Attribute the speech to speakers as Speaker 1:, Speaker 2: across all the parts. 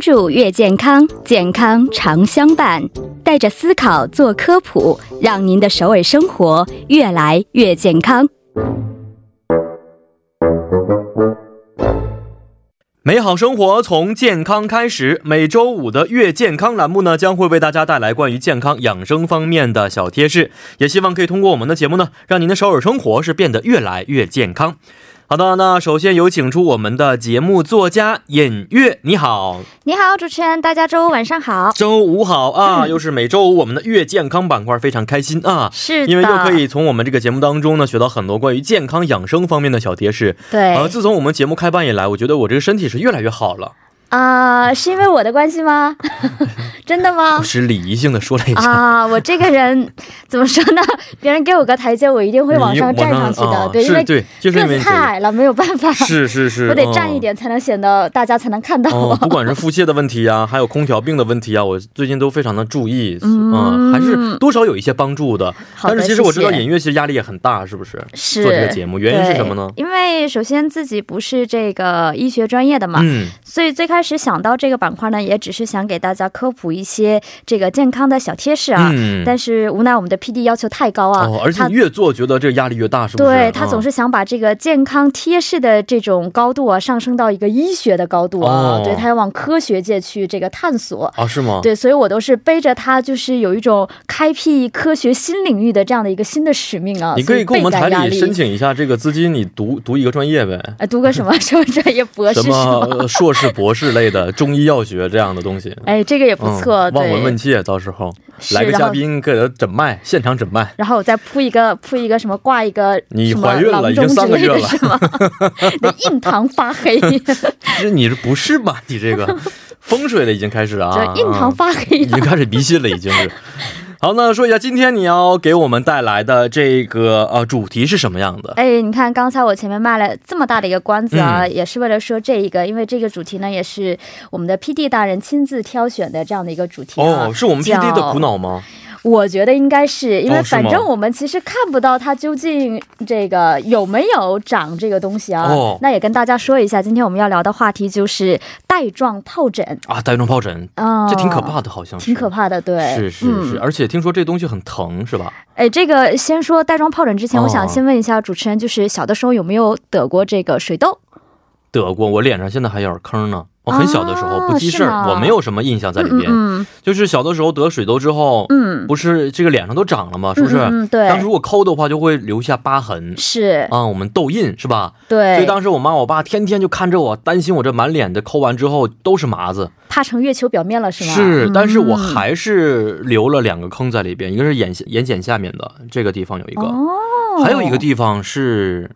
Speaker 1: 主越健康，健康常相伴。带着思考做科普，让您的首尔生活越来越健康。
Speaker 2: 美好生活从健康开始。每周五的月健康栏目呢，将会为大家带来关于健康养生方面的小贴士，也希望可以通过我们的节目呢，让您的首尔生活是变得越来越健康。好的，那首先有请出我们的节目作家尹月，你好，
Speaker 3: 你好，主持人，大家周五晚上好。
Speaker 2: 周五好啊！又是每周五我们的月健康板块，非常开心啊，
Speaker 3: 嗯是的，
Speaker 2: 因为又可以从我们这个节目当中呢学到很多关于健康养生方面的小贴士。
Speaker 3: 对，
Speaker 2: 呃，自从我们节目开办以来，我觉得我这个身体是越来越好了，
Speaker 3: 啊、是因为我的关系吗？ 真的吗
Speaker 2: 不？是礼仪性的说了一 下。
Speaker 3: 啊，我这个人怎么说呢？别人给我个台阶，我一定会往上站上去的。
Speaker 2: 啊
Speaker 3: 对，因
Speaker 2: 是
Speaker 3: 为
Speaker 2: 对，就是
Speaker 3: 个
Speaker 2: 因为
Speaker 3: 子
Speaker 2: 你
Speaker 3: 太矮了，没有办法，
Speaker 2: 是是是，
Speaker 3: 我得
Speaker 2: 嗯
Speaker 3: 站一。点才能显得大家才能看到我。
Speaker 2: 哦，不管是腹泻的问题呀、还有空调病的问题呀、我最近都非常的注意，嗯，还是多少有一些帮助的。
Speaker 3: 好的
Speaker 2: 但是其实我知道
Speaker 3: 谢谢
Speaker 2: 尹月其实压力也很大，是不是？
Speaker 3: 是
Speaker 2: 做这个节目原因是什么呢
Speaker 3: 对因为首先自己不是这个医学专业的嘛，
Speaker 2: 嗯，
Speaker 3: 所以最开始想到这个板块呢，也只是想给大家科普一些这个健康的小贴士啊。
Speaker 2: 嗯
Speaker 3: 但是无奈我们的 PD 要求太高啊，
Speaker 2: 哦，而且
Speaker 3: 他
Speaker 2: 越做觉得这个压力越大，是不是？
Speaker 3: 对他总
Speaker 2: 嗯
Speaker 3: 是想把这个健康贴士的这种高度啊，上升到一个医学的高度啊，
Speaker 2: 哦
Speaker 3: 对他要往科学界去这个探索。
Speaker 2: 啊，是吗？，
Speaker 3: 对，所以我都是背着他，就是有一种开辟科学新领域的这样的一个新的使命啊。
Speaker 2: 你可以跟我们
Speaker 3: 所
Speaker 2: 台
Speaker 3: 倍感压力
Speaker 2: 里申请一下这个资金，你读读一个专业呗，
Speaker 3: 呃，读个 什么什么专业博士
Speaker 2: 什
Speaker 3: 是
Speaker 2: 么
Speaker 3: 吗？
Speaker 2: 呃硕士、博士类的中医药学这样的东西。
Speaker 3: 哎，这个也不错，
Speaker 2: 嗯、望闻问
Speaker 3: 对。
Speaker 2: 切，到时候
Speaker 3: 是
Speaker 2: 来个
Speaker 3: 然后
Speaker 2: 嘉宾给他诊脉，现场诊脉。
Speaker 3: 然后我再铺一个铺一个什么挂一个
Speaker 2: 你
Speaker 3: 什么
Speaker 2: 怀孕了
Speaker 3: 郎
Speaker 2: 已经
Speaker 3: 中
Speaker 2: 三
Speaker 3: 之
Speaker 2: 个
Speaker 3: 类
Speaker 2: 月
Speaker 3: 的
Speaker 2: 了
Speaker 3: 是 吗？你的印堂发 黑，就
Speaker 2: 这你这不是吧？ 你这个风水了已经开始啊，
Speaker 3: 印堂发黑
Speaker 2: 已经开始迷信了，已经是。 好，那说一下今天你要给我们带来的这个呃主题是什么样的？
Speaker 3: 哎，你看刚才我前面卖了这么大的一个关子啊，
Speaker 2: 嗯
Speaker 3: 也是为了说这一个，因为这个主题呢也是我们的 PD 大人亲自挑选的这样的一个主题啊。
Speaker 2: 哦，是我们 P D 的苦
Speaker 3: 叫。
Speaker 2: 恼吗？
Speaker 3: 我觉得应该是因为
Speaker 2: 哦是吗
Speaker 3: 反正我们其实看不到它究竟这个有没有长这个东西啊。
Speaker 2: 哦
Speaker 3: 那也跟大家说一下，今天我们要聊的话题就是带状疱疹
Speaker 2: 啊，带状疱疹，
Speaker 3: 啊、
Speaker 2: 这挺可怕的，好像是。
Speaker 3: 挺可怕的，对，嗯
Speaker 2: 是是是、而且听说这东西很疼，是吧？
Speaker 3: 哎，这个先说带状疱疹之前、我
Speaker 2: 哦
Speaker 3: 想先问一下主持人，就是小的时候有没有得过这个水痘？
Speaker 2: 得过，我脸上现在还有点坑呢。我很小的时候、
Speaker 3: 啊
Speaker 2: 不记事
Speaker 3: 是吗
Speaker 2: 儿，我没有什么印象在里边、
Speaker 3: 嗯
Speaker 2: 就是小的时候得水痘之后，
Speaker 3: 嗯，
Speaker 2: 不是这个脸上都长了吗？是不是？
Speaker 3: 嗯嗯嗯对
Speaker 2: 当时我抠的话就会留下疤痕
Speaker 3: 是，
Speaker 2: 啊，我们痘印是吧？所以
Speaker 3: 对，
Speaker 2: 当时我妈我爸天天就看着我，担心我这满脸的抠完之后都是麻子。
Speaker 3: 怕成月球表面了是吗？
Speaker 2: 是，但是我
Speaker 3: 嗯
Speaker 2: 还是留了两个坑在里边，一个是眼眼睑下面的这个地方有一个，
Speaker 3: 哦，
Speaker 2: 还有一个地方是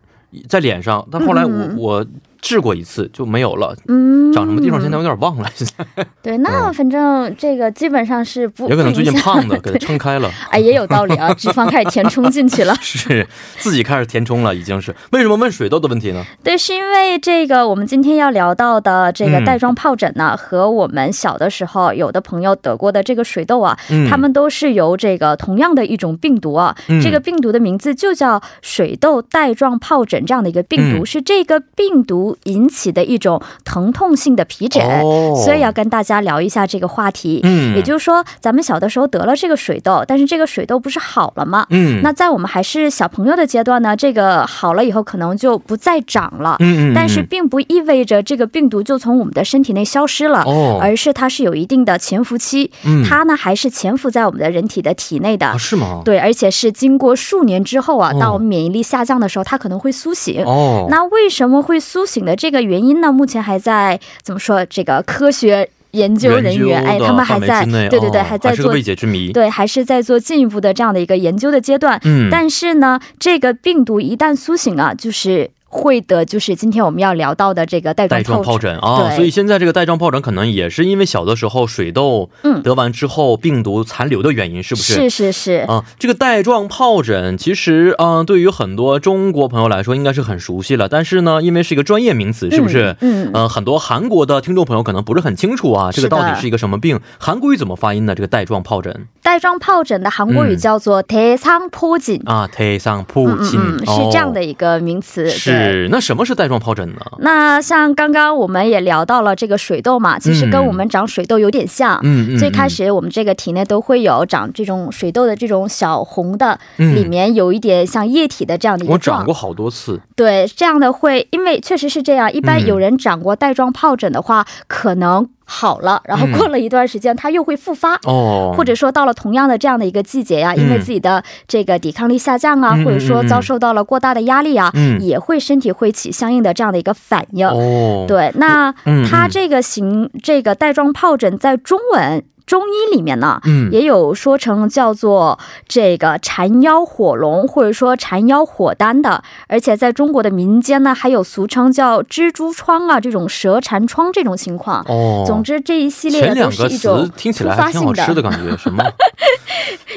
Speaker 2: 在脸上，但后来我、
Speaker 3: 嗯嗯嗯
Speaker 2: 我治过一次就没有了，
Speaker 3: 嗯，
Speaker 2: 长什么地方现在有点忘了，现在
Speaker 3: 对，那反正这个基本上是不，
Speaker 2: 也可能最近
Speaker 3: 不影响
Speaker 2: 胖的给它撑开了。
Speaker 3: 哎，也有道理啊，脂肪开始填充进去了。
Speaker 2: 是自己开始填充了，已经是为什么问水痘的问题呢？
Speaker 3: 对，是因为这个我们今天要聊到的这个
Speaker 2: 嗯
Speaker 3: 带状疱疹呢、和我们小的时候有的朋友得过的这个水痘啊，
Speaker 2: 嗯
Speaker 3: 他们都是由这个同样的一种病毒啊，
Speaker 2: 嗯
Speaker 3: 这个病毒的名字就叫水痘带状疱疹这样的一个病毒，
Speaker 2: 嗯
Speaker 3: 是这个病毒引起的一种疼痛性的皮疹，
Speaker 2: 哦
Speaker 3: 所以要跟大家聊一下这个话题。
Speaker 2: 嗯
Speaker 3: 也就是说，咱们小的时候得了这个水痘，但是这个水痘不是好了吗？
Speaker 2: 嗯
Speaker 3: 那在我们还是小朋友的阶段呢，这个好了以后可能就不再长了，
Speaker 2: 嗯嗯嗯
Speaker 3: 但是并不意味着这个病毒就从我们的身体内消失了。
Speaker 2: 哦
Speaker 3: 而是它是有一定的潜伏期，
Speaker 2: 嗯
Speaker 3: 它呢还是潜伏在我们的人体的体内的，
Speaker 2: 啊是吗？
Speaker 3: 对，而且是经过数年之后啊，
Speaker 2: 哦
Speaker 3: 当我们免疫力下降的时候，它可能会苏醒。
Speaker 2: 哦，
Speaker 3: 那为什么会苏醒的这个原因呢？目前还在怎么说？这个科学研究人员哎，
Speaker 2: 的
Speaker 3: 他们还
Speaker 2: 范围
Speaker 3: 在
Speaker 2: 之内
Speaker 3: 对对对，
Speaker 2: 哦
Speaker 3: 还在
Speaker 2: 是个
Speaker 3: 做
Speaker 2: 未解之谜。
Speaker 3: 对，还是在做进一步的这样的一个研究的阶段。
Speaker 2: 嗯
Speaker 3: 但是呢，这个病毒一旦苏醒啊，就是会得，就是今天我们要聊到的这个带状
Speaker 2: 带状疱
Speaker 3: 疱疹。
Speaker 2: 疹啊，
Speaker 3: 对
Speaker 2: 所以现在这个带状疱疹可能也是因为小的时候水痘
Speaker 3: 嗯
Speaker 2: 得完之后病毒残留的原因，是不
Speaker 3: 是是是，
Speaker 2: 啊，这个带状疱疹其实，嗯、对于很多中国朋友来说应该是很熟悉了，但是呢，因为是一个专业名词，是不是？
Speaker 3: 嗯嗯
Speaker 2: 呃，很多韩国的听众朋友可能不是很清楚啊，这个
Speaker 3: 是的
Speaker 2: 到底是一个什么病？韩国语怎么发音呢？这个带状疱疹
Speaker 3: 带状疱疹的韩国语叫做 t a s a n p o j i n
Speaker 2: 啊，推上铺
Speaker 3: 嗯
Speaker 2: 进、
Speaker 3: 嗯嗯，是这样的
Speaker 2: 哦
Speaker 3: 一个名词。对。
Speaker 2: 是，那什么是带状疱疹呢？
Speaker 3: 那像刚刚我们也聊到了这个水痘嘛，其实跟我们长水痘有点像。
Speaker 2: 嗯，嗯
Speaker 3: 最开，始我们这个体内都会有长这种水痘的这种小红的，
Speaker 2: 嗯
Speaker 3: 里面有一点像液体的这样的一
Speaker 2: 嗯
Speaker 3: 个
Speaker 2: 我长
Speaker 3: 状
Speaker 2: 过。好多次，
Speaker 3: 对，这样的会，因为确实是这样。一般
Speaker 2: 嗯
Speaker 3: 有人长过带状疱疹的话，可能好了，然后
Speaker 2: 嗯
Speaker 3: 过了一段时间，它又会复发。
Speaker 2: 哦，
Speaker 3: 或者说到了同样的这样的一个季节呀、因为
Speaker 2: 嗯
Speaker 3: 自己的这个抵抗力下降啊，
Speaker 2: 嗯嗯
Speaker 3: 或者说
Speaker 2: 嗯嗯
Speaker 3: 遭受到了过大的压力啊，
Speaker 2: 嗯
Speaker 3: 也会身体会起相应的这样的一个反应。
Speaker 2: 哦，，
Speaker 3: 对，那
Speaker 2: 嗯嗯
Speaker 3: 它这个形这个带状疱疹在中文中医里面呢，
Speaker 2: 嗯，
Speaker 3: 也有说成叫做这个缠腰火龙，或者说缠腰火丹的，而且在中国的民间呢，还有俗称叫蜘蛛疮啊，这种蛇缠疮这种情况。
Speaker 2: 哦，
Speaker 3: 总之，这一系列
Speaker 2: 前
Speaker 3: 的都
Speaker 2: 两
Speaker 3: 是
Speaker 2: 个
Speaker 3: 一
Speaker 2: 词
Speaker 3: 种
Speaker 2: 听起
Speaker 3: 突
Speaker 2: 来
Speaker 3: 发
Speaker 2: 还挺
Speaker 3: 性
Speaker 2: 好吃的
Speaker 3: 的，
Speaker 2: 感觉，什么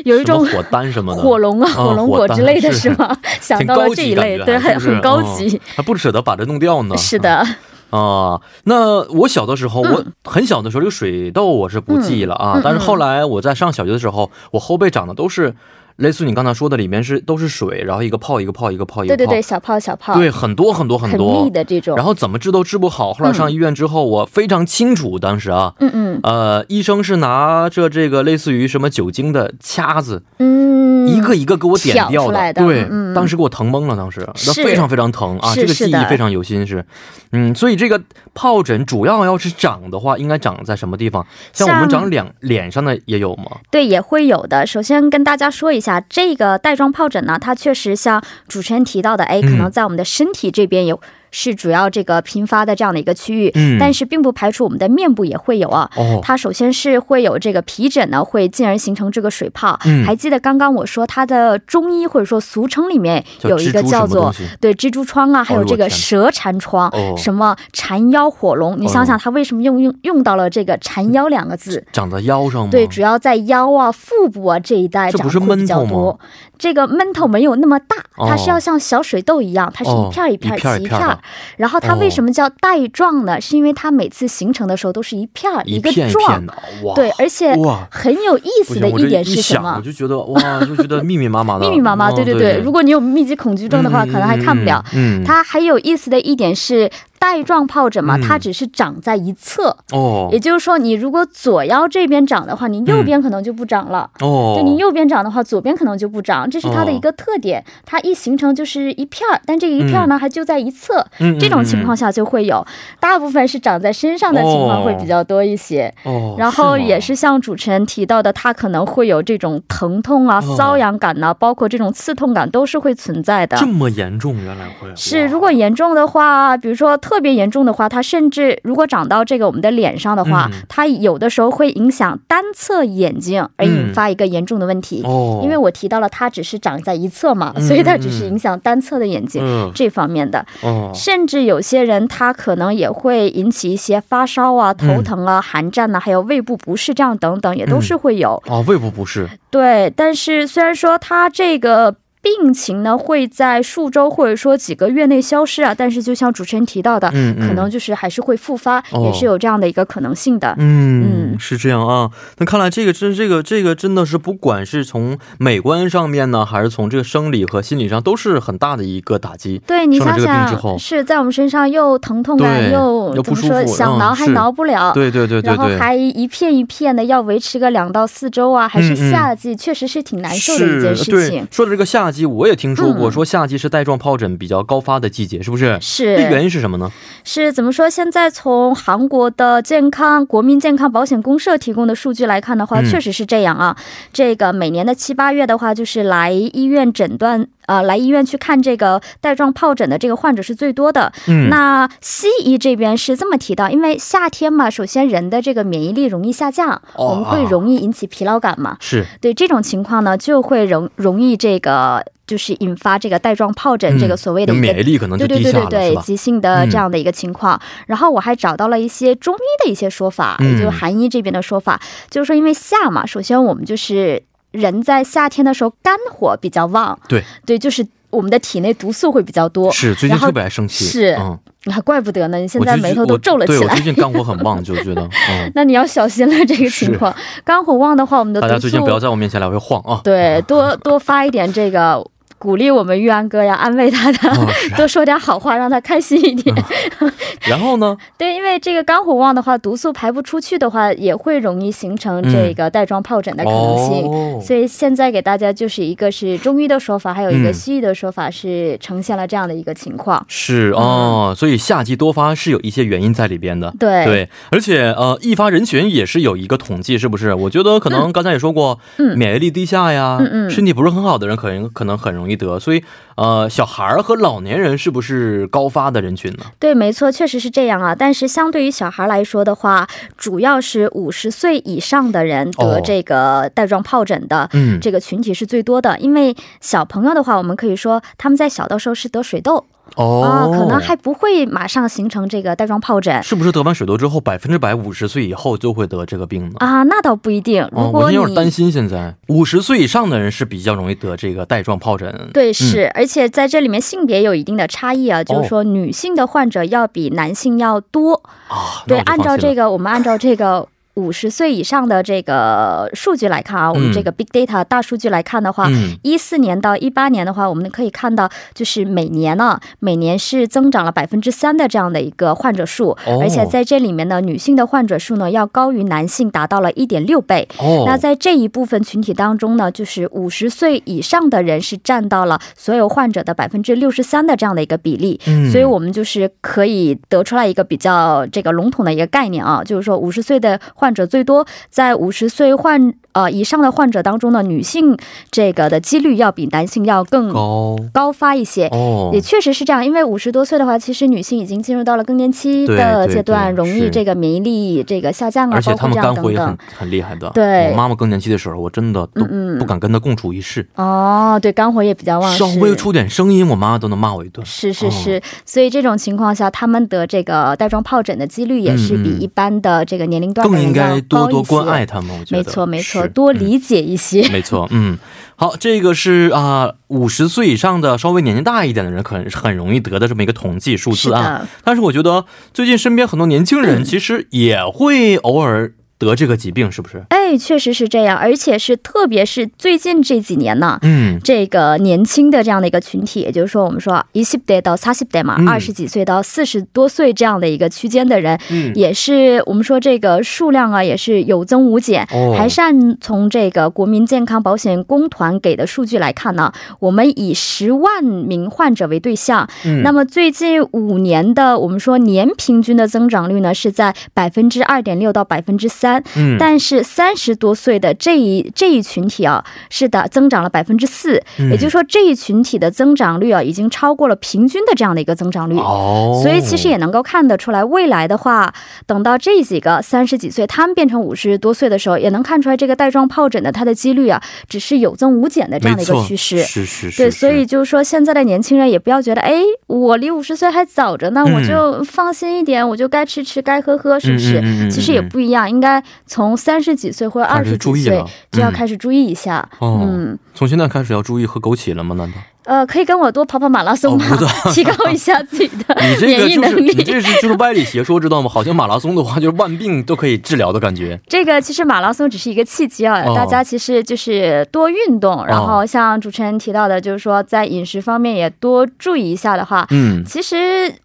Speaker 3: 有一种
Speaker 2: 什么火丹什么的，
Speaker 3: 火龙啊、
Speaker 2: 嗯
Speaker 3: 火龙果之类的是吗？ 想
Speaker 2: 挺
Speaker 3: 到了
Speaker 2: 高
Speaker 3: 这
Speaker 2: 级
Speaker 3: 一
Speaker 2: 感
Speaker 3: 类
Speaker 2: 觉，
Speaker 3: 对，
Speaker 2: 还，
Speaker 3: 很
Speaker 2: 是哦嗯不是
Speaker 3: 很高
Speaker 2: 嗯
Speaker 3: 级。
Speaker 2: 还不舍得把这弄掉呢。
Speaker 3: 是的，
Speaker 2: 啊，那我小的时候，我很小的时候，这个水痘我是不记了啊。
Speaker 3: 嗯嗯嗯
Speaker 2: 但是后来我在上小学的时候，我后背长的都是类似你刚才说的，里面是都是水，然后一个泡一个泡一个泡一个
Speaker 3: 对
Speaker 2: 泡，
Speaker 3: 对对，小泡小泡，
Speaker 2: 对，很多很多很
Speaker 3: 很
Speaker 2: 多
Speaker 3: 密的这种
Speaker 2: 然。后怎么治都治不好，后来上医院之后，我非常清楚当时啊，
Speaker 3: 嗯嗯
Speaker 2: 呃，医生是拿着这个类似于什么酒精的掐子，
Speaker 3: 嗯，
Speaker 2: 一个一个给我点
Speaker 3: 挑
Speaker 2: 掉
Speaker 3: 出来的
Speaker 2: 对、
Speaker 3: 嗯
Speaker 2: 当时给我疼懵了，当时那
Speaker 3: 是
Speaker 2: 非常非常疼啊，
Speaker 3: 是
Speaker 2: 这个
Speaker 3: 是
Speaker 2: 记忆
Speaker 3: 的
Speaker 2: 非常有心是，嗯，所以这个疱疹主要要是长的话，应该长在什么地方？像我们
Speaker 3: 像
Speaker 2: 长两脸上的也有吗？
Speaker 3: 对，也会有的。首先跟大家说一下，这个带状疱疹呢，它确实像主持人提到的，哎，可
Speaker 2: 嗯
Speaker 3: 能在我们的身体这边有。是主要这个频发的这样的一个区域，
Speaker 2: 嗯
Speaker 3: 但是并不排除我们的面部也会有啊。
Speaker 2: 哦，
Speaker 3: 它首先是会有这个皮疹呢，会进而形成这个水泡。
Speaker 2: 嗯
Speaker 3: 还记得刚刚我说它的中医或者说俗称里面
Speaker 2: 叫
Speaker 3: 有一个
Speaker 2: 蜘蛛
Speaker 3: 叫
Speaker 2: 什么
Speaker 3: 做
Speaker 2: 东西哦
Speaker 3: 对蜘蛛疮啊，还有这
Speaker 2: 我
Speaker 3: 个
Speaker 2: 天
Speaker 3: 蛇缠疮，
Speaker 2: 哦
Speaker 3: 什么缠腰火龙。你
Speaker 2: 哦
Speaker 3: 想想，它为什么用用用到了这个缠腰两个字？
Speaker 2: 长在腰上吗？
Speaker 3: 对，主要在腰啊、腹部啊这一带
Speaker 2: 嗯这
Speaker 3: 长
Speaker 2: 不是
Speaker 3: 得会比较
Speaker 2: 闷头吗
Speaker 3: 多。这个闷头没有那么大，
Speaker 2: 哦
Speaker 3: 它是要像小水痘一样，它是
Speaker 2: 哦
Speaker 3: 一片儿一片儿、
Speaker 2: 一片儿一
Speaker 3: 起
Speaker 2: 片儿的
Speaker 3: 然后它
Speaker 2: 哦
Speaker 3: 为什么叫带状呢？是因为它每次形成的时候都是一片儿
Speaker 2: 一
Speaker 3: 个
Speaker 2: 片一
Speaker 3: 状。
Speaker 2: 片的，哇，
Speaker 3: 对，而且
Speaker 2: 哇
Speaker 3: 很有意思
Speaker 2: 不行
Speaker 3: 的
Speaker 2: 我这
Speaker 3: 一点
Speaker 2: 一
Speaker 3: 是什
Speaker 2: 想我
Speaker 3: 么？
Speaker 2: 就觉得哇，就觉得密密麻麻的，
Speaker 3: 密密麻麻，
Speaker 2: 哦
Speaker 3: 对
Speaker 2: 对
Speaker 3: 对。如果你有密集恐惧症的话，可能还看不了。。
Speaker 2: 嗯嗯嗯嗯嗯
Speaker 3: 它还有意思的一点是，带状疱疹嘛，
Speaker 2: 嗯
Speaker 3: 它只是长在一侧，
Speaker 2: 哦嗯
Speaker 3: 也就是说，你如果左腰这边长的话，你右边可能就不长了。
Speaker 2: 哦，
Speaker 3: 对你右边长的话，左边可能就不长，这是它的一个特点。它一形成就是一片儿，但这个一片儿呢，还就在一侧，
Speaker 2: 嗯
Speaker 3: 这种情况
Speaker 2: 下，
Speaker 3: 下就会有。大部分是长在身上的情况会比较多一些。
Speaker 2: 哦，
Speaker 3: 然后
Speaker 2: 吗
Speaker 3: 也是像主持人提到的，它可能会有这种疼痛啊、
Speaker 2: 哦
Speaker 3: 瘙痒感呐、包括这种刺痛感都是会存在的
Speaker 2: 这。么严重，原来会
Speaker 3: 是，
Speaker 2: 哇
Speaker 3: 如果严重的话，比如说特别严重的话，它甚至如果长到这个我们的脸上的话，
Speaker 2: 嗯
Speaker 3: 它有的时候会影响单侧眼睛，而
Speaker 2: 嗯
Speaker 3: 引发一个严重的问题。
Speaker 2: 哦，
Speaker 3: 因为我提到了它只是长在一侧嘛，
Speaker 2: 嗯
Speaker 3: 所以它只是影响单侧的眼睛、
Speaker 2: 嗯
Speaker 3: 这方面的。
Speaker 2: 哦
Speaker 3: 甚至有些人他可能也会引起一些发烧啊、头疼
Speaker 2: 嗯
Speaker 3: 啊、寒战呐、还有胃部不适这样等等，也都是会有。
Speaker 2: 哦，胃部不适，
Speaker 3: 对，但是虽然说他这个。病情呢会在数周或者说几个月内消失啊，但是就像主持人提到的，
Speaker 2: 嗯嗯
Speaker 3: 可能就是还是会复发、
Speaker 2: 哦
Speaker 3: 也是有这样的一个可能性的。
Speaker 2: 嗯，
Speaker 3: 嗯
Speaker 2: 是这样啊。那看来这个真这个这个真的是，不管是从美观上面呢，还是从这个生理和心理上，都是很大的一个打击。
Speaker 3: 对你
Speaker 2: 生了
Speaker 3: 想
Speaker 2: 这个病之
Speaker 3: 想，
Speaker 2: 后
Speaker 3: 是在我们身上又疼痛感，
Speaker 2: 对
Speaker 3: 又
Speaker 2: 又
Speaker 3: 怎
Speaker 2: 不
Speaker 3: 么
Speaker 2: 舒服
Speaker 3: 说想
Speaker 2: 嗯
Speaker 3: 挠还
Speaker 2: 是
Speaker 3: 挠不了，
Speaker 2: 对对对对
Speaker 3: 然后
Speaker 2: 对，
Speaker 3: 还一片一片的要维持个两到四周啊，还是夏季，确实是挺难受的一件事
Speaker 2: 嗯是
Speaker 3: 情
Speaker 2: 对。说的这个夏季，我也听说过，
Speaker 3: 嗯
Speaker 2: 说夏季是带状疱疹比较高发的季节，是不是？
Speaker 3: 是
Speaker 2: 这原因是什么呢？
Speaker 3: 是怎么说？现在从韩国的健康国民健康保险公社提供的数据来看的话，
Speaker 2: 嗯
Speaker 3: 确实是这样啊。这个每年的七八月的话，就是来医院诊断，呃，来医院去看这个带状疱疹的这个患者是最多的。
Speaker 2: 嗯，
Speaker 3: 那西医这边是这么提到，因为夏天嘛，首先人的这个免疫力容易下降，
Speaker 2: 哦
Speaker 3: 我们会容易引起疲劳感嘛。
Speaker 2: 是
Speaker 3: 对这种情况呢，就会容容易这个就是引发这个带状疱疹、
Speaker 2: 嗯
Speaker 3: 这个所谓的一
Speaker 2: 免疫
Speaker 3: 个。
Speaker 2: 力可能就
Speaker 3: 对对对
Speaker 2: 低下
Speaker 3: 对
Speaker 2: 了，是
Speaker 3: 对，
Speaker 2: 吧？嗯
Speaker 3: 急性的这样的一个情况、然后我还找到了一些中医的一些说法，
Speaker 2: 嗯
Speaker 3: 也就是韩医这边的说法，就是说因为夏嘛，首先我们就是人在夏天的时候肝火比较旺，
Speaker 2: 对
Speaker 3: 对，就是我们的体内毒素会比较多。
Speaker 2: 是最近
Speaker 3: 然后
Speaker 2: 特别爱生气，
Speaker 3: 是
Speaker 2: 嗯，
Speaker 3: 你还怪不得呢，你现
Speaker 2: 我
Speaker 3: 在
Speaker 2: 最近
Speaker 3: 眉头都
Speaker 2: 我
Speaker 3: 皱了起
Speaker 2: 对我
Speaker 3: 来
Speaker 2: 最。近肝火很旺，就觉得，嗯，
Speaker 3: 那你要小心了这个情况。肝火旺的话，我们的
Speaker 2: 大家
Speaker 3: 毒
Speaker 2: 最近不要
Speaker 3: 素
Speaker 2: 在我面前来回晃啊。
Speaker 3: 对多多发一点这个。鼓励我们玉安哥呀，安慰他的，
Speaker 2: 啊是 嗯
Speaker 3: 多说点好话，让他开心一点。
Speaker 2: 然后呢，
Speaker 3: 对，因为这个肝火旺的话，毒素排不出去的话，也会容易形成这个带状疱疹的可能性。
Speaker 2: 嗯哦，
Speaker 3: 所以现在给大家就是一个是中医的说法，还有一
Speaker 2: 嗯
Speaker 3: 个西医的说法是呈现了这样的一个情况。
Speaker 2: 是哦，所以夏季多发是有一些原因在里边的。
Speaker 3: 嗯对
Speaker 2: 对，而且呃，易发人群也是有一个统计，是不是？我觉得可能刚才也说过，
Speaker 3: 嗯
Speaker 2: 免疫力低下呀，
Speaker 3: 嗯嗯
Speaker 2: 身体不是很好的人，可能可能很容易得。所以呃，小孩儿和老年人是不是高发的人群呢？
Speaker 3: 对，没错，确实是这样啊。但是相对于小孩来说的话，主要是五十岁以上的人
Speaker 2: 哦
Speaker 3: 得这个带状疱疹的。
Speaker 2: 嗯，
Speaker 3: 这个群体是最多的，因为小朋友的话，我们可以说他们在小的时候是得水痘啊、
Speaker 2: 哦，
Speaker 3: 可能还不会马上形成这个带状疱疹
Speaker 2: 是不是得完水痘之后，百分之百五十岁以后就会得这个病呢？
Speaker 3: 啊，那倒不一定。如，
Speaker 2: 哦我
Speaker 3: 果
Speaker 2: 现在
Speaker 3: 你、
Speaker 2: 有点担心。现在五十岁以上的人是比较容易得这个带状疱疹。
Speaker 3: 对，是、
Speaker 2: 嗯
Speaker 3: 而且在这里面性别有一定的差异
Speaker 2: 哦
Speaker 3: 啊，就是说女性的患者要比男性要多。
Speaker 2: 啊，
Speaker 3: 对，按照这
Speaker 2: 个，
Speaker 3: 个，我们按照这个五十岁以上的这个数据来看啊，我们这个 big data 大数据来看的话。
Speaker 2: 嗯，
Speaker 3: 一四年到一八年的话，我们可以看到，就是每年呢、每年是增长了百分之三的这样的一个患者数，
Speaker 2: 哦
Speaker 3: 而且在这里面呢，女性的患者数呢要高于男性，达到了一点六倍。
Speaker 2: 哦，
Speaker 3: 那在这一部分群体当中呢，就是五十岁以上的人是占到了所有患者的百分之六十三的这样的一个比例。
Speaker 2: 嗯
Speaker 3: 所以我们就是可以得出来一个比较这个笼统的一个概念啊，就是说五十岁的患者最多，在五十岁患呃以上的患者当中呢，女性这个的几率要比男性要更
Speaker 2: 高
Speaker 3: 高发一些。
Speaker 2: 哦
Speaker 3: 也，确实是这样，因为五十多岁的话，其实女性已经进入到了更年期
Speaker 2: 对
Speaker 3: 的
Speaker 2: 对
Speaker 3: 阶段，
Speaker 2: 对
Speaker 3: 容易
Speaker 2: 是
Speaker 3: 这个免疫力这个下降啊，
Speaker 2: 而且
Speaker 3: 包
Speaker 2: 他
Speaker 3: 括
Speaker 2: 们
Speaker 3: 这
Speaker 2: 肝
Speaker 3: 样
Speaker 2: 火
Speaker 3: 等
Speaker 2: 也
Speaker 3: 等
Speaker 2: 很。很厉害的。
Speaker 3: 对嗯
Speaker 2: 我妈妈更年期的时候，我真的都不敢跟她共处一室，
Speaker 3: 哦，对，肝火也比较旺
Speaker 2: 稍微
Speaker 3: 是
Speaker 2: 出点声音，我妈都能骂我一顿。
Speaker 3: 是是是、所以这种情况下，他们得这个带状疱疹的几率也是比
Speaker 2: 嗯嗯
Speaker 3: 一般的这个年龄段的
Speaker 2: 更应
Speaker 3: 人要
Speaker 2: 该多
Speaker 3: 高一
Speaker 2: 多
Speaker 3: 些。
Speaker 2: 关爱他们，我觉得
Speaker 3: 没错没错，
Speaker 2: 是
Speaker 3: 多
Speaker 2: 嗯
Speaker 3: 理解一些。
Speaker 2: 没错，嗯，好，这个是啊，五、十岁以上的稍微年纪大一点的人，很很容易得的这么一个统计数字啊
Speaker 3: 是的。嗯
Speaker 2: 但是我觉得最近身边很多年轻人其实也会偶尔得这个疾病，是不是？
Speaker 3: 哎，确实是这样，而且是特别是最近这几年呢。
Speaker 2: 嗯，
Speaker 3: 这个年轻的这样的一个群体，也就是说，我们说一十代到三十代嘛
Speaker 2: 嗯，
Speaker 3: 二十几岁到四十多岁这样的一个区间的人，
Speaker 2: 嗯
Speaker 3: 也是我们说这个数量啊，也是有增无减。
Speaker 2: 哦
Speaker 3: 还是按从这个国民健康保险公团给的数据来看呢，我们以十万名患者为对象，
Speaker 2: 嗯
Speaker 3: 那么最近五年的我们说年平均的增长率呢是在百分之二点六到百分之三，
Speaker 2: 嗯
Speaker 3: 但是三十多岁的这一这一群体啊是的增长了百分之四，
Speaker 2: 嗯
Speaker 3: 也就是说这一群体的增长率啊已经超过了平均的这样的一个增长率。
Speaker 2: 哦，
Speaker 3: 所以其实也能够看得出来，未来的话，等到这几个三十几岁，他们变成五十多岁的时候，也能看出来这个带状疱疹的它的几率啊，只是有增无减的这样的一个
Speaker 2: 没错
Speaker 3: 趋势。
Speaker 2: 是是是，
Speaker 3: 对，
Speaker 2: 是
Speaker 3: 所以就是说，现在的年轻人也不要觉得，哎，我离五十岁还早着呢，
Speaker 2: 嗯
Speaker 3: 我就放心一点，我就该吃吃，该喝喝，是不是？
Speaker 2: 嗯嗯嗯嗯
Speaker 3: 其实也不一样，应该从三十几岁或者
Speaker 2: 开
Speaker 3: 二
Speaker 2: 始
Speaker 3: 十
Speaker 2: 注
Speaker 3: 几
Speaker 2: 意
Speaker 3: 岁
Speaker 2: 了
Speaker 3: 就要
Speaker 2: 嗯
Speaker 3: 开始注意一下。
Speaker 2: 哦
Speaker 3: 嗯，
Speaker 2: 从现在开始要注意喝枸杞了吗？难道？
Speaker 3: 呃，可以跟我多跑跑马拉松吗
Speaker 2: 哦 不？
Speaker 3: 提高一下自己的
Speaker 2: 你这个
Speaker 3: 免疫
Speaker 2: 就
Speaker 3: 能
Speaker 2: 是
Speaker 3: 力。
Speaker 2: 你这是就是歪理邪说，知道吗？好像马拉松的话，就是万病都可以治疗的感觉。
Speaker 3: 这个其实马拉松只是一个契机啊，
Speaker 2: 哦
Speaker 3: 大家其实就是多运动，然后像主持人提到的，就是说在饮食方面也多注意一下的话。
Speaker 2: 嗯，
Speaker 3: 其实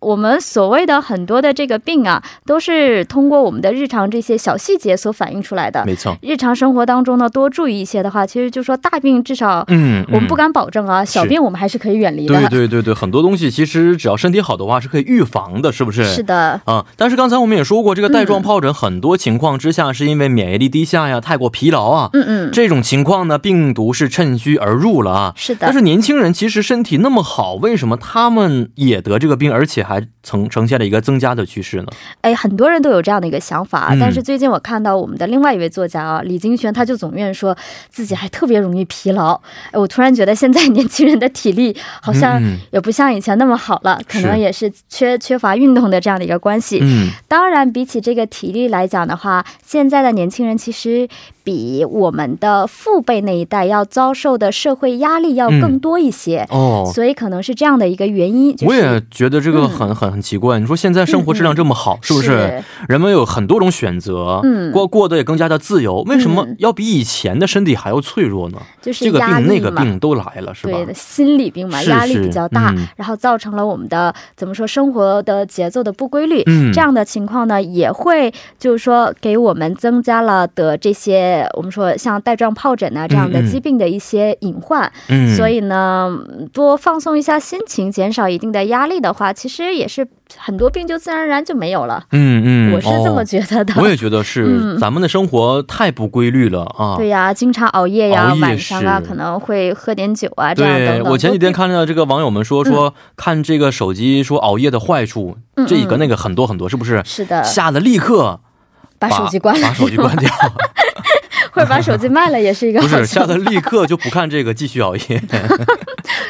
Speaker 3: 我们所谓的很多的这个病啊，都是通过我们的日常这些小细节所反映出来的。
Speaker 2: 没错。
Speaker 3: 日常生活当中呢，多注意一些的话，其实就说大病至少
Speaker 2: 嗯，
Speaker 3: 我们不
Speaker 2: 敢。
Speaker 3: 敢保证啊，小病我们还是可以远离的。
Speaker 2: 对对对对，很多东西其实只要身体好的话是可以预防的，是不是？
Speaker 3: 是。的，嗯
Speaker 2: 啊、但是刚才我们也说过，这个带状疱疹很多情况之下是因为免疫力低下呀、太过疲劳啊，
Speaker 3: 嗯嗯，
Speaker 2: 这种情况呢，病毒是趁虚而入了啊。
Speaker 3: 是的
Speaker 2: 但。是年轻人其实身体那么好，为什么他们也得这个病，而且还呈呈现了一个增加的趋势呢？
Speaker 3: 哎，很多人都有这样的一个想法啊
Speaker 2: 嗯，
Speaker 3: 但是最近我看到我们的另外一位作家啊，李金轩，他就总愿说自己还特别容易疲劳。哎，我突然觉得现在年轻人的体力好像
Speaker 2: 嗯
Speaker 3: 也不像以前那么好了，可能
Speaker 2: 是
Speaker 3: 也是缺缺乏运动的这样的一个关系。
Speaker 2: 嗯，
Speaker 3: 当然，比起这个体力来讲的话，现在的年轻人其实比我们的父辈那一代要遭受的社会压力要更多一些，
Speaker 2: 哦，
Speaker 3: 所以嗯可能是这样的一个原因。就是、
Speaker 2: 我也觉得这个很很很奇怪。你说现在生活质量这么好，是不是？人们有很多种选择，
Speaker 3: 嗯
Speaker 2: 过过得也更加的自由，为什么
Speaker 3: 嗯
Speaker 2: 要比以前的身体还要脆弱呢？
Speaker 3: 就是
Speaker 2: 这个
Speaker 3: 压
Speaker 2: 病
Speaker 3: 力
Speaker 2: 那
Speaker 3: 嘛，
Speaker 2: 个病都来了，是吧？
Speaker 3: 对的，心理病嘛，
Speaker 2: 是
Speaker 3: 压力
Speaker 2: 是
Speaker 3: 比较大，
Speaker 2: 嗯
Speaker 3: 然后造成了我们的怎么说生活的节奏的不规律。
Speaker 2: 嗯
Speaker 3: 这样的情况呢，也会就是说给我们增加了的这些我们说像带状疱疹啊这样的
Speaker 2: 嗯嗯
Speaker 3: 疾病的一些隐患。
Speaker 2: 嗯，
Speaker 3: 所以呢，多放松一下心情，减少一定的压力的话，其实也是很多病就自然而然就没有了。
Speaker 2: 嗯嗯，
Speaker 3: 我是这么
Speaker 2: 哦
Speaker 3: 觉得的。 嗯
Speaker 2: 我也觉得是，咱们的生活太不规律了啊。
Speaker 3: 对呀、经常熬夜呀、
Speaker 2: 熬夜
Speaker 3: 晚上啊，
Speaker 2: 是
Speaker 3: 可能会喝点酒啊，这样等
Speaker 2: 对
Speaker 3: 等。
Speaker 2: 我前几天看到这个网友们说说、看这个手机说熬夜的坏处，
Speaker 3: 嗯
Speaker 2: 这个
Speaker 3: 嗯
Speaker 2: 那个很多很多，是不是？
Speaker 3: 是的，
Speaker 2: 吓得立刻
Speaker 3: 把手机 关了，
Speaker 2: 把手机 关掉，
Speaker 3: 或者把手机卖了也是一个
Speaker 2: 不
Speaker 3: 好
Speaker 2: 是
Speaker 3: 消
Speaker 2: 吓得
Speaker 3: 息。
Speaker 2: 立刻就不看这个，继续 熬夜，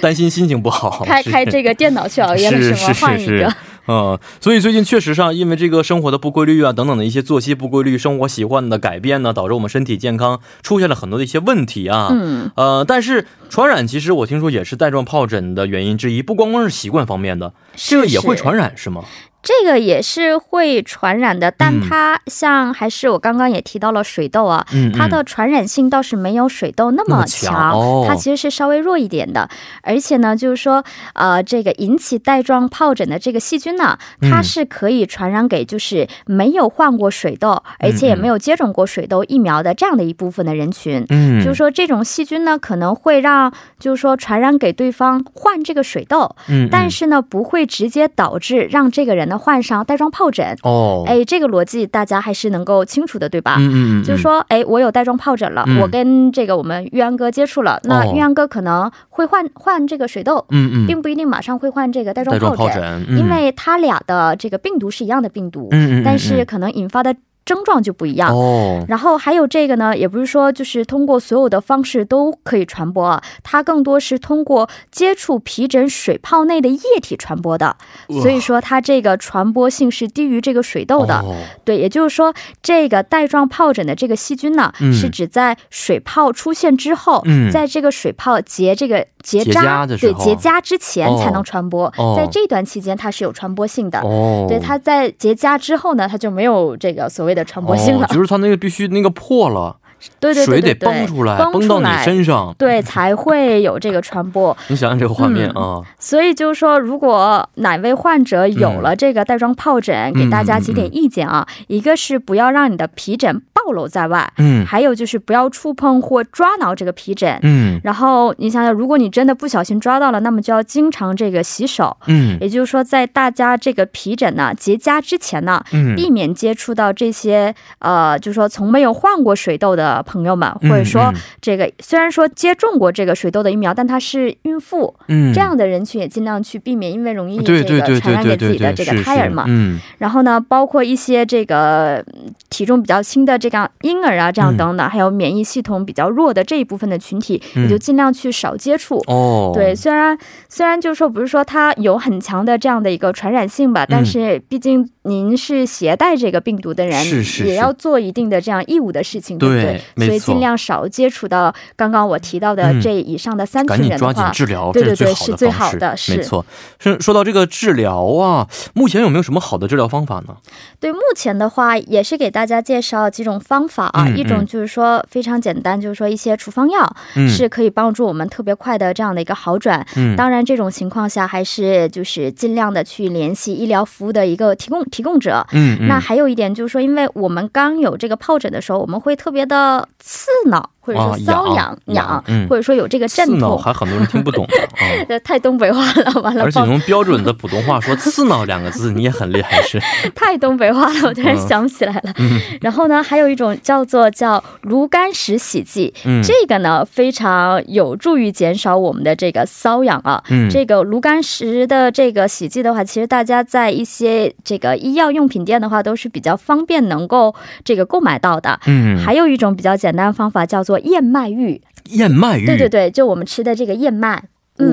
Speaker 2: 担心心情不好，
Speaker 3: 开
Speaker 2: 是
Speaker 3: 开这个电脑去熬夜了
Speaker 2: 是
Speaker 3: 吗？
Speaker 2: 是
Speaker 3: 换
Speaker 2: 是
Speaker 3: 一
Speaker 2: 是
Speaker 3: 个，，
Speaker 2: 嗯，所以最近确实上，因为这个生活的不规律啊，等等的一些作息不规律、生活习惯的改变呢，导致我们身体健康出现了很多的一些问题啊。
Speaker 3: 嗯，
Speaker 2: 呃，但是传染其实我听说也是带状疱疹的原因之一，不光光是习惯方面的，这个也会
Speaker 3: 是
Speaker 2: 传染是吗？
Speaker 3: 这个也是会传染的，但
Speaker 2: 嗯
Speaker 3: 它像还是我刚刚也提到了水痘啊，
Speaker 2: 嗯，
Speaker 3: 它的
Speaker 2: 嗯
Speaker 3: 传染性倒是没有水痘那
Speaker 2: 那
Speaker 3: 么
Speaker 2: 么强哦
Speaker 3: 它其实是稍微弱一点的。而且呢，就是说，呃，这个引起带状疱疹的这个细菌呢，
Speaker 2: 嗯
Speaker 3: 它是可以传染给就是没有患过水痘，而且也没有接种过水痘疫苗的这样的一部分的人群。
Speaker 2: 嗯，
Speaker 3: 就是说，这种细菌呢，可能会让就是说传染给对方患这个水痘，
Speaker 2: 嗯，嗯
Speaker 3: 但是呢，不会直接导致让这个人呢患上带状疱疹。
Speaker 2: 哦，
Speaker 3: 哎，这个逻辑大家还是能够清楚的，对吧？
Speaker 2: 嗯，嗯嗯嗯，
Speaker 3: 就是说，哎，我有带状疱疹了、
Speaker 2: 嗯
Speaker 3: 我跟这个我们玉安哥接触了，那
Speaker 2: 哦
Speaker 3: 玉安哥可能会患患这个水痘，
Speaker 2: 嗯，嗯嗯，
Speaker 3: 并不一定马上会患这个带状
Speaker 2: 带状
Speaker 3: 疱
Speaker 2: 疱
Speaker 3: 疹，
Speaker 2: 疹，
Speaker 3: 因
Speaker 2: 嗯
Speaker 3: 为它俩的这个病毒是一样的病毒，
Speaker 2: 嗯嗯嗯，
Speaker 3: 但是
Speaker 2: 嗯
Speaker 3: 可能引发的症状就不一样。
Speaker 2: 哦，
Speaker 3: 然后还有这个呢，也不是说就是通过所有的方式都可以传播啊，它更多是通过接触皮疹水泡内的液体传播的，
Speaker 2: 哇
Speaker 3: 所以说它这个传播性是低于这个水痘的。
Speaker 2: 哦
Speaker 3: 对，也就是说，这个带状疱疹的这个细菌呢，
Speaker 2: 嗯
Speaker 3: 是指在水泡出现之后，
Speaker 2: 嗯
Speaker 3: 在这个水泡结这个结
Speaker 2: 结
Speaker 3: 扎
Speaker 2: 痂的时
Speaker 3: 对
Speaker 2: 候
Speaker 3: 结痂之前
Speaker 2: 哦
Speaker 3: 才能传播，
Speaker 2: 哦
Speaker 3: 在这段期间它是有传播性的。
Speaker 2: 哦，
Speaker 3: 对，它在结痂之后呢，它就没有这个所谓的传播性了。
Speaker 2: 哦，就是它那个必须那个破了，
Speaker 3: 对对对
Speaker 2: 水
Speaker 3: 对
Speaker 2: 得
Speaker 3: 对，
Speaker 2: 蹦出来，
Speaker 3: 蹦
Speaker 2: 蹦
Speaker 3: 出
Speaker 2: 到你
Speaker 3: 来，
Speaker 2: 身上。
Speaker 3: 对，才会有这个传播。
Speaker 2: 你想想这个画
Speaker 3: 嗯
Speaker 2: 面啊，
Speaker 3: 所以就是说，如果哪位患
Speaker 2: 嗯
Speaker 3: 者有了这个带状疱疹，给大家几点意见啊、一个是不要让你的皮疹暴露在外，
Speaker 2: 嗯
Speaker 3: 还有就是不要触碰或抓挠这个皮疹。
Speaker 2: 嗯
Speaker 3: 然后你想想，如果你真的不小心抓到了，那么就要经常这个洗手。
Speaker 2: 嗯
Speaker 3: 也就是说，在大家这个皮疹呢结痂之前呢，
Speaker 2: 嗯
Speaker 3: 避免接触到这些呃，就是说从没有患过水痘的朋友们，或者说
Speaker 2: 嗯
Speaker 3: 这个虽然说接种过这个水痘的疫苗，但她是孕妇
Speaker 2: 嗯
Speaker 3: 这样的人群也尽量去避免，因为容易这
Speaker 2: 对对
Speaker 3: 个
Speaker 2: 对
Speaker 3: 传
Speaker 2: 对
Speaker 3: 染给
Speaker 2: 对
Speaker 3: 自
Speaker 2: 对
Speaker 3: 己的
Speaker 2: 对，
Speaker 3: 这
Speaker 2: 是
Speaker 3: 个
Speaker 2: 是
Speaker 3: 胎儿嘛。
Speaker 2: 嗯
Speaker 3: 然后呢，包括一些这个嗯体重比较轻的这个婴儿啊，这样等等，还有免疫系统比较弱的这一部分的群体，
Speaker 2: 嗯
Speaker 3: 也就尽量去少接触。
Speaker 2: 哦，
Speaker 3: 对，虽然虽然就是说不是说它有很强的这样的一个传染性
Speaker 2: 嗯
Speaker 3: 吧，但是毕竟您是携带这个病毒的人，
Speaker 2: 是是是
Speaker 3: 也要做一定的这样义务的事情，
Speaker 2: 对
Speaker 3: 不对？
Speaker 2: 没
Speaker 3: 所以
Speaker 2: 错
Speaker 3: 尽量少接触到刚刚我提到的
Speaker 2: 嗯
Speaker 3: 这以上的三
Speaker 2: 赶
Speaker 3: 群
Speaker 2: 紧
Speaker 3: 人
Speaker 2: 抓
Speaker 3: 的
Speaker 2: 紧
Speaker 3: 话，
Speaker 2: 治疗，
Speaker 3: 对
Speaker 2: 这
Speaker 3: 对对
Speaker 2: 是
Speaker 3: 是
Speaker 2: 最
Speaker 3: 最
Speaker 2: 好
Speaker 3: 好
Speaker 2: 的
Speaker 3: 的
Speaker 2: 方式，没
Speaker 3: 是
Speaker 2: 错。是说到这个治疗啊，目前有没有什么好的治疗方法呢？
Speaker 3: 对，目前的话也是给大家介绍几种方法啊，
Speaker 2: 嗯
Speaker 3: 一
Speaker 2: 嗯
Speaker 3: 种就是说非常简单，就是说一些处方药、
Speaker 2: 嗯，
Speaker 3: 是可以帮助我们特别快的这样的一个好转。
Speaker 2: 嗯，
Speaker 3: 当然，这种情况下还是就是尽量的去联系医疗服务的一个提供提供者。
Speaker 2: 嗯嗯
Speaker 3: 那还有一点就是说，因为我们刚有这个疱疹的时候，我们会特别的刺挠，或者
Speaker 2: 啊
Speaker 3: 说瘙痒、
Speaker 2: 痒痒嗯
Speaker 3: 或者说有这个阵
Speaker 2: 刺挠
Speaker 3: 痛。。
Speaker 2: 还很多人听不懂啊
Speaker 3: 这太东北话了，完了
Speaker 2: 而，且
Speaker 3: 抱
Speaker 2: 用标准的普通话说“刺挠”两个字，你也很厉害，是
Speaker 3: 太东北话了，我突然
Speaker 2: 嗯
Speaker 3: 想起来了。然后呢，还有一种叫做叫炉甘石洗剂，
Speaker 2: 嗯
Speaker 3: 这个呢非常有助于减少我们的这个瘙痒啊。
Speaker 2: 嗯
Speaker 3: 这个炉甘石的这个洗剂的话，其实大家在一些这个医药用品店的话，都是比较方便能够这个购买到的。
Speaker 2: 嗯，
Speaker 3: 还有一种比较简单的方法叫做燕麦浴，
Speaker 2: 燕麦浴，
Speaker 3: 对对对，就我们吃的这个燕麦。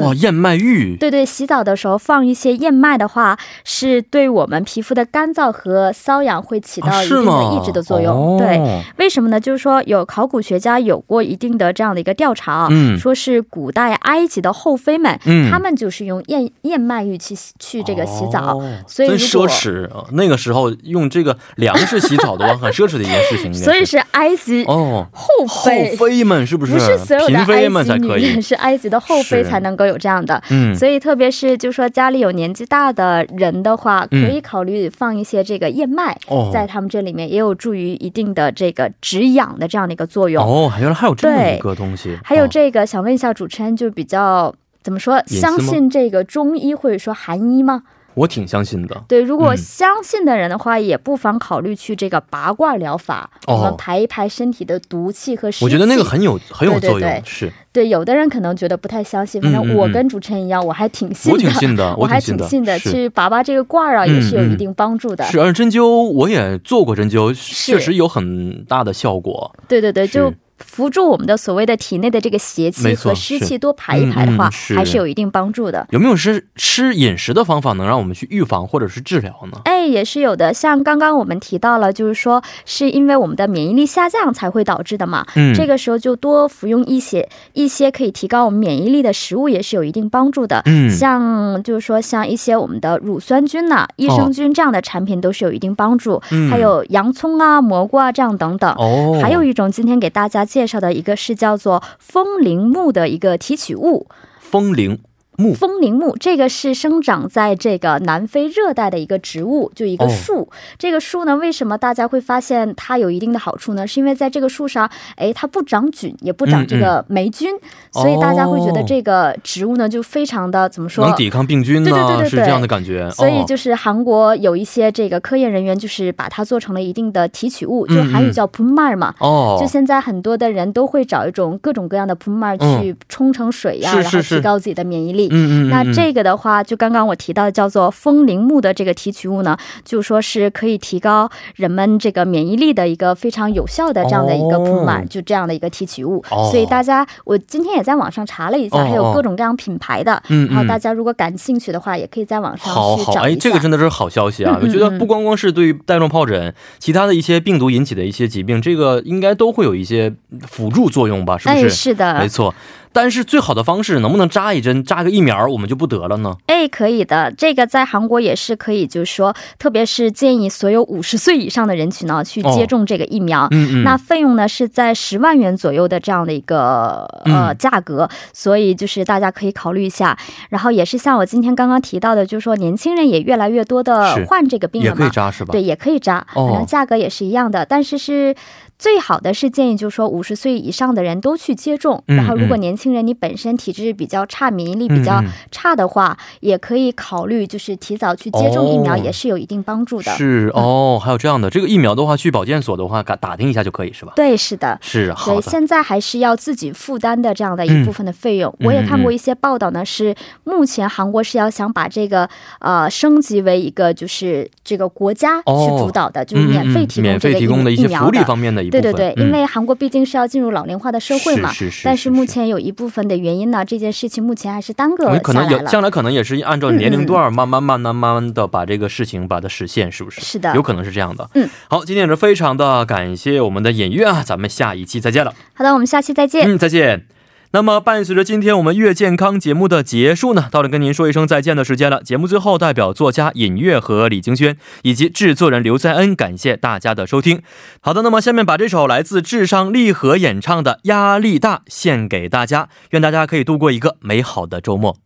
Speaker 2: 哇，燕麦浴，
Speaker 3: 对对，洗澡的时候放一些燕麦的话，是对我们皮肤的干燥和瘙痒会起
Speaker 2: 啊
Speaker 3: 到一
Speaker 2: 是
Speaker 3: 定的
Speaker 2: 吗？
Speaker 3: 抑制的作用。对，
Speaker 2: 哦
Speaker 3: 为什么呢？就是说有考古学家有过一定的这样的一个调查啊，
Speaker 2: 嗯
Speaker 3: 说是古代埃及的后妃们，
Speaker 2: 嗯
Speaker 3: 他们就是用燕燕麦浴去洗去这个洗澡。
Speaker 2: 哦
Speaker 3: 所以
Speaker 2: 真
Speaker 3: 如
Speaker 2: 奢
Speaker 3: 果
Speaker 2: 侈啊！那个时候用这个粮食洗澡的话，很奢侈的一件事情。应该
Speaker 3: 所以是埃及
Speaker 2: 哦，
Speaker 3: 后
Speaker 2: 后
Speaker 3: 妃，
Speaker 2: 妃们是不是？
Speaker 3: 不是所有的
Speaker 2: 嫔妃
Speaker 3: 埃
Speaker 2: 们
Speaker 3: 及
Speaker 2: 才
Speaker 3: 女
Speaker 2: 可以
Speaker 3: 人。是埃及的后妃
Speaker 2: 是
Speaker 3: 才能够有这样的。
Speaker 2: 嗯，
Speaker 3: 所以，特别是就说家里有年纪大的人的话，可
Speaker 2: 嗯
Speaker 3: 以考虑放一些这个燕麦，
Speaker 2: 哦
Speaker 3: 在他们这里面也有助于一定的这个止痒的这样的一个作用。
Speaker 2: 哦，原来还有这么
Speaker 3: 对
Speaker 2: 一个东西。
Speaker 3: 还有
Speaker 2: 哦
Speaker 3: 这个，想问一下主持人，就比较怎么说，
Speaker 2: 隐私
Speaker 3: 相
Speaker 2: 吗
Speaker 3: 信这个中医或者说韩医吗？
Speaker 2: 我挺相信的。
Speaker 3: 对，如果
Speaker 2: 嗯
Speaker 3: 相信的人的话，也不妨考虑去这个拔罐疗法，
Speaker 2: 哦
Speaker 3: 我们排一排身体的毒气和湿气。
Speaker 2: 我觉得那个很有很有
Speaker 3: 对对
Speaker 2: 作用，
Speaker 3: 对
Speaker 2: 是
Speaker 3: 对，有的人可能觉得不太相信，反
Speaker 2: 嗯嗯
Speaker 3: 正
Speaker 2: 嗯
Speaker 3: 我跟主持人一样，我还挺信
Speaker 2: 啊我
Speaker 3: 的，
Speaker 2: 挺信的，
Speaker 3: 我还
Speaker 2: 挺
Speaker 3: 挺
Speaker 2: 信
Speaker 3: 信的，
Speaker 2: 是
Speaker 3: 去拔拔这个罐儿啊，
Speaker 2: 嗯
Speaker 3: 也是有
Speaker 2: 嗯
Speaker 3: 一定帮助的。
Speaker 2: 是，而针灸我也做过针灸，确实有很大的效果。
Speaker 3: 对对对，
Speaker 2: 是
Speaker 3: 就扶住我们的所谓的体内的这个邪
Speaker 2: 没
Speaker 3: 气
Speaker 2: 错
Speaker 3: 和湿
Speaker 2: 是
Speaker 3: 气，多排一排的话、
Speaker 2: 嗯嗯是
Speaker 3: 还是有一定帮助的。
Speaker 2: 有没有吃吃饮食的方法能让我们去预防或者是治疗呢？
Speaker 3: 哎，也是有的。像刚刚我们提到了，就是说是因为我们的免疫力下降才会导致的嘛。
Speaker 2: 嗯，
Speaker 3: 这个时候就多服用一些一些可以提高我们免疫力的食物，也是有一定帮助的。
Speaker 2: 嗯
Speaker 3: 像就是说像一些我们的乳酸菌呐、益生菌这样的产品都是有一定帮助。
Speaker 2: 哦嗯
Speaker 3: 还有洋葱啊、蘑菇啊这样等等。
Speaker 2: 哦，
Speaker 3: 还有一种今天给大家介绍的一个是叫做风铃木的一个提取物，
Speaker 2: 风铃木
Speaker 3: 风铃木这个是生长在这个南非热带的一个植物，就一个
Speaker 2: 哦
Speaker 3: 树。这个树呢，为什么大家会发现它有一定的好处呢？是因为在这个树上，哎，它不长菌，也不
Speaker 2: 嗯
Speaker 3: 长这个霉菌，所以大家会觉得这个植物呢就非常的怎么说
Speaker 2: 能抵抗病菌呢、
Speaker 3: 对对对对对
Speaker 2: 是这样的感觉。
Speaker 3: 所以
Speaker 2: 哦、
Speaker 3: 就是韩国有一些这个科研人员，就是把它做成了一定的提取物，
Speaker 2: 嗯
Speaker 3: 就韩
Speaker 2: 嗯
Speaker 3: 语叫 pumar 嘛。
Speaker 2: 哦，
Speaker 3: 就现在很多的人都会找一种各种各样的 pumar
Speaker 2: 嗯
Speaker 3: 去冲成水呀、
Speaker 2: 是
Speaker 3: 然
Speaker 2: 是
Speaker 3: 后
Speaker 2: 是
Speaker 3: 提高自己的免疫力。
Speaker 2: 嗯嗯嗯，
Speaker 3: 那
Speaker 2: 嗯
Speaker 3: 这个的话，就刚刚我提到的叫做风铃木的这个提取物呢，就说是可以提高人们这个免疫力的一个非常有效的这样的一个
Speaker 2: 哦
Speaker 3: Puma，、就这样的一个提取物。
Speaker 2: 哦
Speaker 3: 所以大家，我今天也在网上查了一下，
Speaker 2: 哦
Speaker 3: 还有各种各样品牌的。
Speaker 2: 嗯
Speaker 3: 然后大
Speaker 2: 嗯。
Speaker 3: 家如果感兴趣的话，也可以在网上
Speaker 2: 好
Speaker 3: 去
Speaker 2: 好，
Speaker 3: 找
Speaker 2: 哎，
Speaker 3: 一下。
Speaker 2: 这个真的是好消息啊！
Speaker 3: 嗯嗯
Speaker 2: 我觉得
Speaker 3: 嗯
Speaker 2: 不光光是对于带状疱疹，其他的一些病毒引起的一些疾病，这个应该都会有一些辅助作用吧？是不
Speaker 3: 哎，
Speaker 2: 是？
Speaker 3: 是
Speaker 2: 没
Speaker 3: 的，
Speaker 2: 错。但是最好的方式，能不能扎一针、扎个疫苗，我们就不得了呢？
Speaker 3: 哎，可以的，这个在韩国也是可以，就是说，特别是建议所有五十岁以上的人群呢，去
Speaker 2: 哦
Speaker 3: 接种这个疫苗。
Speaker 2: 嗯嗯，
Speaker 3: 那费用呢是在十万元左右的这样的一个呃
Speaker 2: 嗯
Speaker 3: 价格，所以就是大家可以考虑一下。然后也是像我今天刚刚提到的，就是说年轻人也越来越多
Speaker 2: 是
Speaker 3: 的患这个病
Speaker 2: 也
Speaker 3: 了
Speaker 2: 可以
Speaker 3: 嘛，
Speaker 2: 扎是吧？
Speaker 3: 对，也可以扎，
Speaker 2: 哦
Speaker 3: 反正价格也是一样的，但是是。最好的是建议，就是说五十岁以上的人都去接种。
Speaker 2: 嗯
Speaker 3: 然后，如果
Speaker 2: 嗯
Speaker 3: 年轻人你本身体质比较差、免疫力
Speaker 2: 嗯
Speaker 3: 比较
Speaker 2: 嗯
Speaker 3: 差的话，也可以考虑就是提早去接种疫苗，
Speaker 2: 哦
Speaker 3: 也是有一定帮助的。嗯
Speaker 2: 是哦，还有这样的，这个疫苗的话，去保健所的话，打打听一下就可以是吧？
Speaker 3: 对，是的。
Speaker 2: 是好
Speaker 3: 对，
Speaker 2: 的，
Speaker 3: 现在还是要自己负担的这样的
Speaker 2: 嗯
Speaker 3: 一部分的费用。我也看过一些报道呢，是目前韩国是要想把这个呃升级为一个就是这个国家
Speaker 2: 哦
Speaker 3: 去主导的，就是
Speaker 2: 嗯
Speaker 3: 免
Speaker 2: 嗯
Speaker 3: 费
Speaker 2: 嗯
Speaker 3: 提供
Speaker 2: 免
Speaker 3: 这
Speaker 2: 费
Speaker 3: 个疫
Speaker 2: 提供的一
Speaker 3: 疫
Speaker 2: 些
Speaker 3: 苗
Speaker 2: 福利方面的一部
Speaker 3: 对
Speaker 2: 分，
Speaker 3: 对对，
Speaker 2: 嗯
Speaker 3: 因为韩国毕竟是要进入老龄化的社会嘛，
Speaker 2: 是是是
Speaker 3: 但
Speaker 2: 是
Speaker 3: 是目前有一部分的原因呢，这件事情目前还是耽搁
Speaker 2: 我
Speaker 3: 下
Speaker 2: 们可能
Speaker 3: 来
Speaker 2: 有
Speaker 3: 了。嗯
Speaker 2: 将来可能也是按照年龄段慢慢慢慢慢慢的把这个事情把它实现，是不是？
Speaker 3: 是的
Speaker 2: 有可能是这样的。
Speaker 3: 嗯，
Speaker 2: 好，今天也是非常的感谢我们的尹月啊，咱们下一期再见了。
Speaker 3: 好的，我们下期再见。
Speaker 2: 嗯，再见。那么，伴随着今天我们月健康节目的结束呢，到了跟您说一声再见的时间了。节目最后，代表作家尹月和李京轩以及制作人刘在恩，感谢大家的收听。好的，那么下面把这首来自至上励合演唱的《压力大》献给大家，愿大家可以度过一个美好的周末。